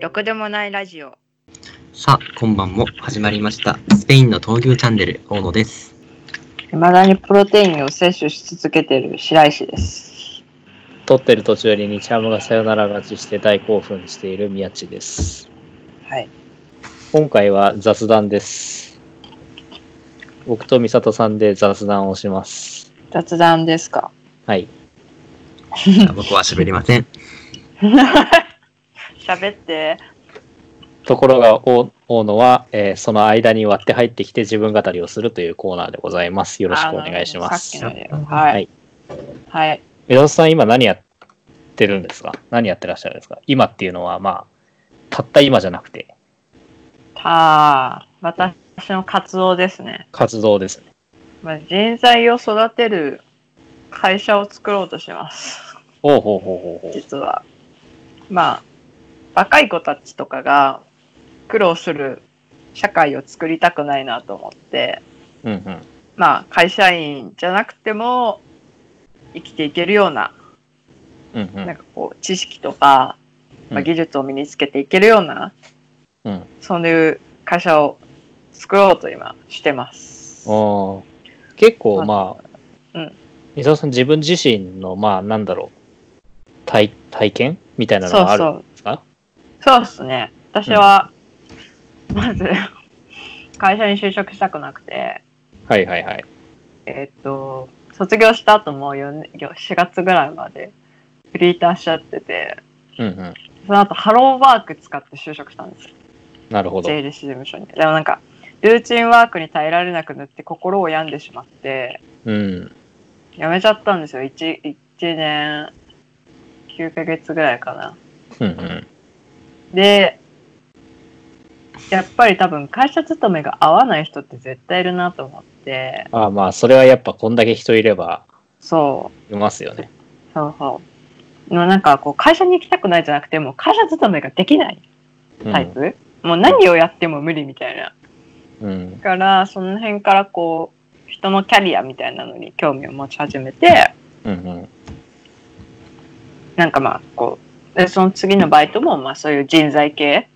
ろくでもないラジオ。さあ、今晩も始まりました。スペインの闘牛チャンネル、大野です。未だにプロテインを摂取し続けている白石です。撮ってる途中に日ハムがさよなら勝ちして大興奮している宮地です。はい。今回は雑談です。僕と美里さんで雑談をします。雑談ですか。はい。僕は喋りません。喋って。ところが、お大野は、えーその間に割って入ってきて自分語りをするというコーナーでございます。よろしくお願いしまあす。なるほどさっきのではい。はい。美里さん、今何やってるんですか何やってらっしゃるんですか今っていうのは、まあ、たった今じゃなくて、たあ、私の活動ですね。活動ですね。まあ、人材を育てる会社を作ろうとします。ほうほうほうほうほう。実は。まあ、若い子たちとかが苦労する社会を作りたくないなと思って、うんうん。まあ、会社員じゃなくても生きていけるようなうんうん。なんかこう知識とか、まうあ、ん技術を身につけていけるような、うんそういう会社を作ろうと今してます。ああ結構まあ、うん伊沢さん自分自身のまあなんだろう体体験みたいなのそうがあそるんうですかそうですね。私は、まず会社に就職したくなくて、はいはいはいえっと卒業した後も 4, 4月ぐらいまでフリーターしちゃっててうんうんその後ハローワーク使って就職したんですよなるほど税理士事務所に。でもなんか、ルーチンワークに耐えられなくなって心を病んでしまって、うん辞めちゃったんですよ。1, 一年9ヶ月ぐらいかな。うんうんで、やっぱり多分会社勤めが合わない人って絶対いるなと思って、ああまあそれはやっぱこんだけ人いればそいますよねう、そうそう。もうなんかこう会社に行きたくないじゃなくて、もう会社勤めができないうんタイプ、もう何をやっても無理みたいな。うんから、その辺からこう、人のキャリアみたいなのに興味を持ち始めて、うんうんなんかまあこうでその次のバイトもまあそういう人材系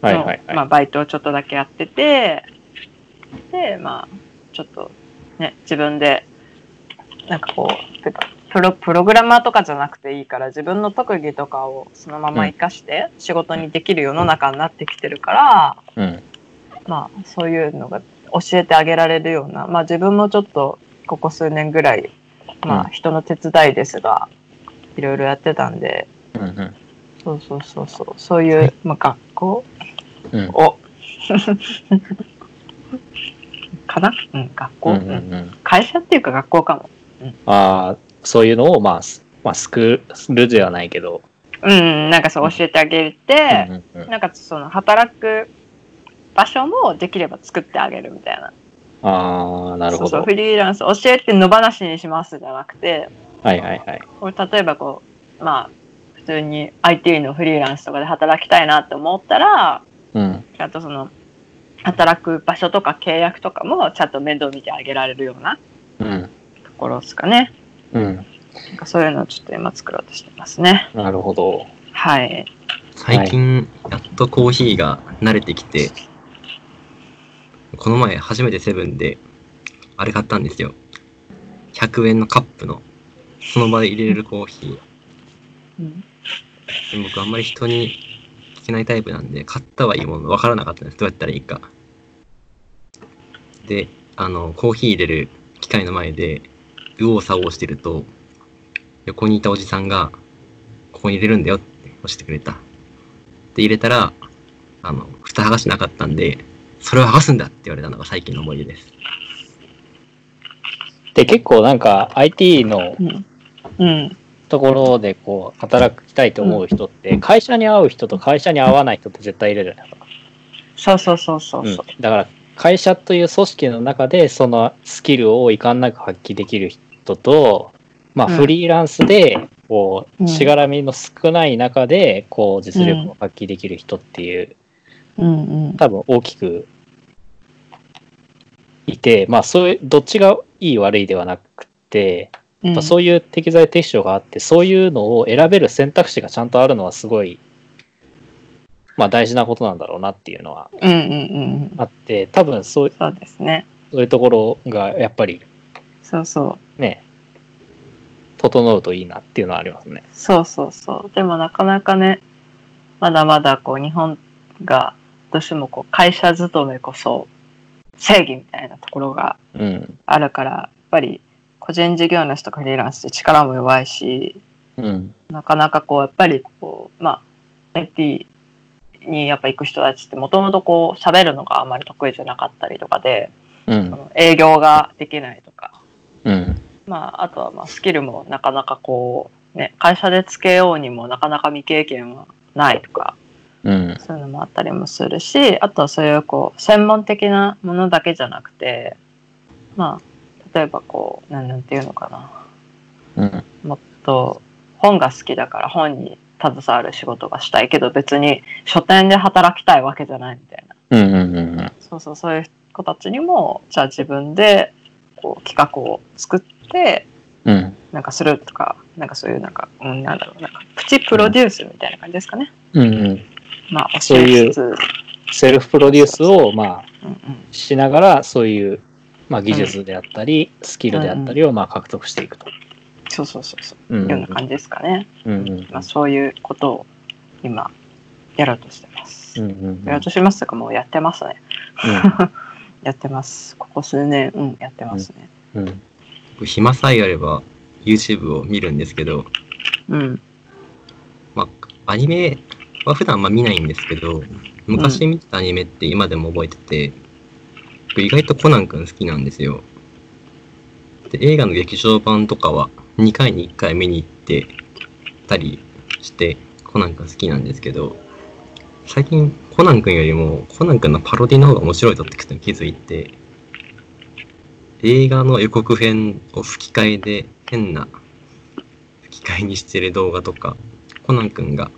の、はいはいはい、まあ、バイトをちょっとだけやっててでまあちょっとね自分でなんかこうプロプログラマーとかじゃなくていいから自分の特技とかをそのまま活かして仕事にできる世の中になってきてるから、うんまあそういうのが教えてあげられるようなまあ自分もちょっとここ数年ぐらいまうあん人の手伝いですがいろいろやってたんでうんうんそうそうそうそう、そういう、まあ、学校うんを、 かなうん、学校、ううんんうんうん会社っていうか学校かも。ああそういうのをまあすまあ救るではないけど、うん、なんかそう教えてあげうて、んうんうん、あなんかその働く場所もできれば作ってあげるみたいな。あなるほそどうそう、フリーランス教えて野放しにしますじゃなくて、はいはいはいこれ例えばこう、まあ、普通に IT のフリーランスとかで働きたいなって思ったら、うんちゃんとその働く場所とか契約とかもちゃんと面倒見てあげられるようなうんところですかね。うんなんかそういうのをちょっと今作ろうとしてますね。なるほどはい。最近、やっとコーヒーが慣れてきて、この前初めてセブンで、あれ買ったんですよ。100円のカップの、その場で入れれるコーヒうんー。で僕あんまり人に聞けないタイプなんで、買ったはいいものの、わからなかったんです。どうやったらいいか。で、あの、コーヒー入れる機械の前で、右往左往してると、横にいたおじさんが、ここに入れるんだよって教えてくれた。で、入れたら、あの、蓋剥がしてなかったんで、それを剥がすんだって言われたのが最近の思い出です。で結構なんか IT のうん。うん。ところでこう働きたいと思う人って会社に合う人と会社に合わない人って絶対いるじゃないですか、そうそうそうそううんそう。だから会社という組織の中でそのスキルを遺憾なく発揮できる人とまあうんフリーランスでこううんしがらみの少ない中でこう実力を発揮できる人っていううんうん。多分大きくいてまあそういうどっちがいい悪いではなくてうやっぱん、そういう適材適所があって、そういうのを選べる選択肢がちゃんとあるのはすごいまあ大事なことなんだろうなっていうのはうんうんうんうん。あって、多分そうそうですね。そういうところがやっぱりそうそう。ね、整うといいなっていうのはありますね。そうそうそう。でもなかなかね、まだまだこう日本がどうしてもこう会社勤めこそ正義みたいなところがうん。あるから、やっぱり個人事業主とかフリーランスって力も弱いし、うん。なかなかこうやっぱりこう、まあ、IT にやっぱ行く人たちってもともとこう喋るのがあまり得意じゃなかったりとかで、うそん。の営業ができないとか、うん。まあ、あとはまあスキルもなかなかこう、ね、会社でつけようにもなかなか未経験はないとか、うん。そういうのもあったりもするし、あとはそういうこう、専門的なものだけじゃなくて、まあ、例えばこう、なんなんていうのかな。うん。もっと、本が好きだから本に携わる仕事がしたいけど、別に書店で働きたいわけじゃないみたいな。うん。うん。うん。そうそう、そういう子たちにも、じゃあ自分で、こう、企画を作って、うん。なんかするとか、なんかそういうなんか、うん、なんだろう、なんかプチプロデュースみたいな感じですかね。うん。まあ、そう教いえうつつ、うんセルフプロデュースを、まあ、うん、しながら、そういう、まあ、技術であったり、スキルであったりを、まあ、獲得していくと。そうそうそうそう、う。いうんような感じですかね。うん。うん。まあ、そういうことを今、やろうとしてます。うんうんやろうとしてますというか、もうやってますね。 やってます。ここ数年、うん、やってますね。うん。うん。僕暇さえあれば YouTube を見るんですけど、うん、まあ、アニメは普段あんま見ないんですけど、昔見てたアニメって今でも覚えてて、僕意外とコナン君好きなんですよ。で、映画の劇場版とかは2回に1回見に行ってたりして、コナン君好きなんですけど、最近コナン君よりもコナン君のパロディの方が面白いとってことに気づいて、映画の予告編を吹き替えで変な吹き替えにしてる動画とか、コナン君が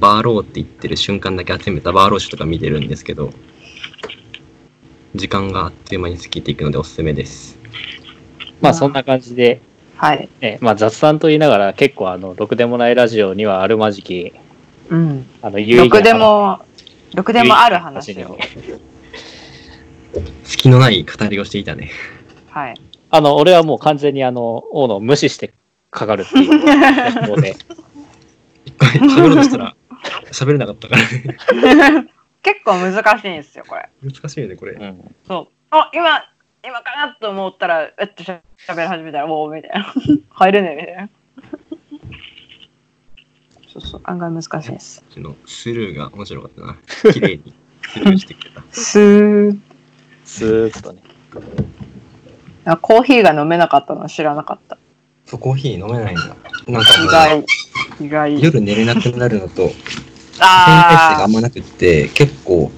バーローって言ってる瞬間だけ集めたバーロー集とか見てるんですけど、時間があっという間に過ぎていくのでおすすめです。まあ、そんな感じで、はい。ね、まあ、雑談と言いながら、結構、あの、ろくでもないラジオにはあるまじき、うん。あの、有意義ろなくでも、ろくでもある話を。隙のない語りをしていたね。はい。あの、俺はもう完全にあの、大野を無視してかかるって いう方法で。一回喋ろうとしたら喋れなかったからね。結構難しいんですよ、これ。難しいよね、これう。ん。そう。あ、今、今かなと思ったら、えっとしゃべり始めたら、おおみたいな。 入れねえみたいな。 そうそう、案外難しいです。うちのスルーが面白かったな。綺麗にスルーしてくれた。すースーッとね。あコーヒーが飲めなかったのは知らなかった。そう、コーヒー飲めないんだ。なん意かもう外。意外。夜寝れなくなるのと、変がああんまなくって、結構、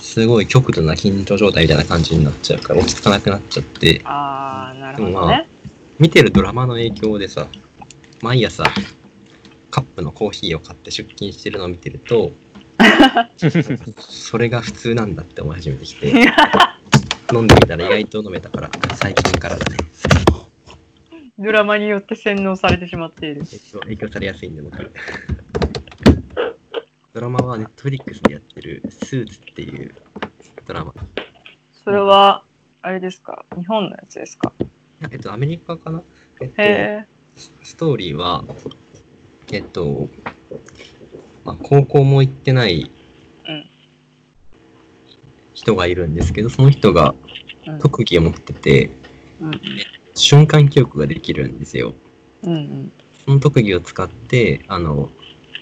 すごい極度な緊張状態みたいな感じになっちゃうから、落ち着かなくなっちゃってあ。、ああ、なるほどね。見てるドラマの影響でさ、毎朝、カップのコーヒーを買って出勤してるのを見てると、それが普通なんだって思い始めてきて、飲んでみたら意外と飲めたから、最近からだね。ドラマによって洗脳されてしまっている。えっと、影響されやすいんで、僕。ドラマはネットフリックスでやってる、スーツっていうドラマ。それは、あれですか日本のやつですかえっと、アメリカかなえっと、へえ。ストーリーは、えっと、まあ、高校も行ってないうん人がいるんですけど、その人がうん特技を持ってて、うん瞬間記憶ができるんですよ。うんうんその特技を使って、あの、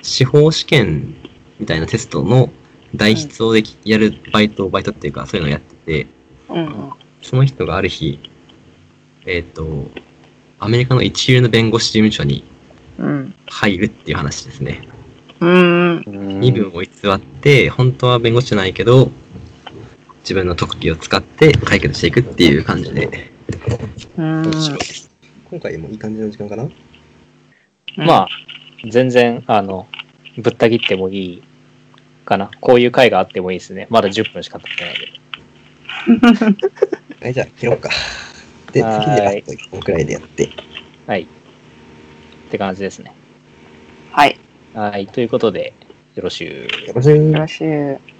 司法試験みたいなテストの代筆をでき、やるバイト、バイトっていうか、そういうのをやってて、うんうんその人がある日、えっ、と、アメリカの一流の弁護士事務所にうん入るっていう話ですね。うんうん身分を偽って、本当は弁護士じゃないけど、自分の特技を使って解決していくっていう感じで。うん今回もいい感じの時間かなまあ、全然、あの、ぶった切ってもいいかな。こういう回があってもいいですね。まだ10分しか経ってないけど。はい、じゃあ切ろうか。ではーい次でこのくらいでやって。はい。って感じですね。 はいはい。ということで、よろしゅう。よろしゅう。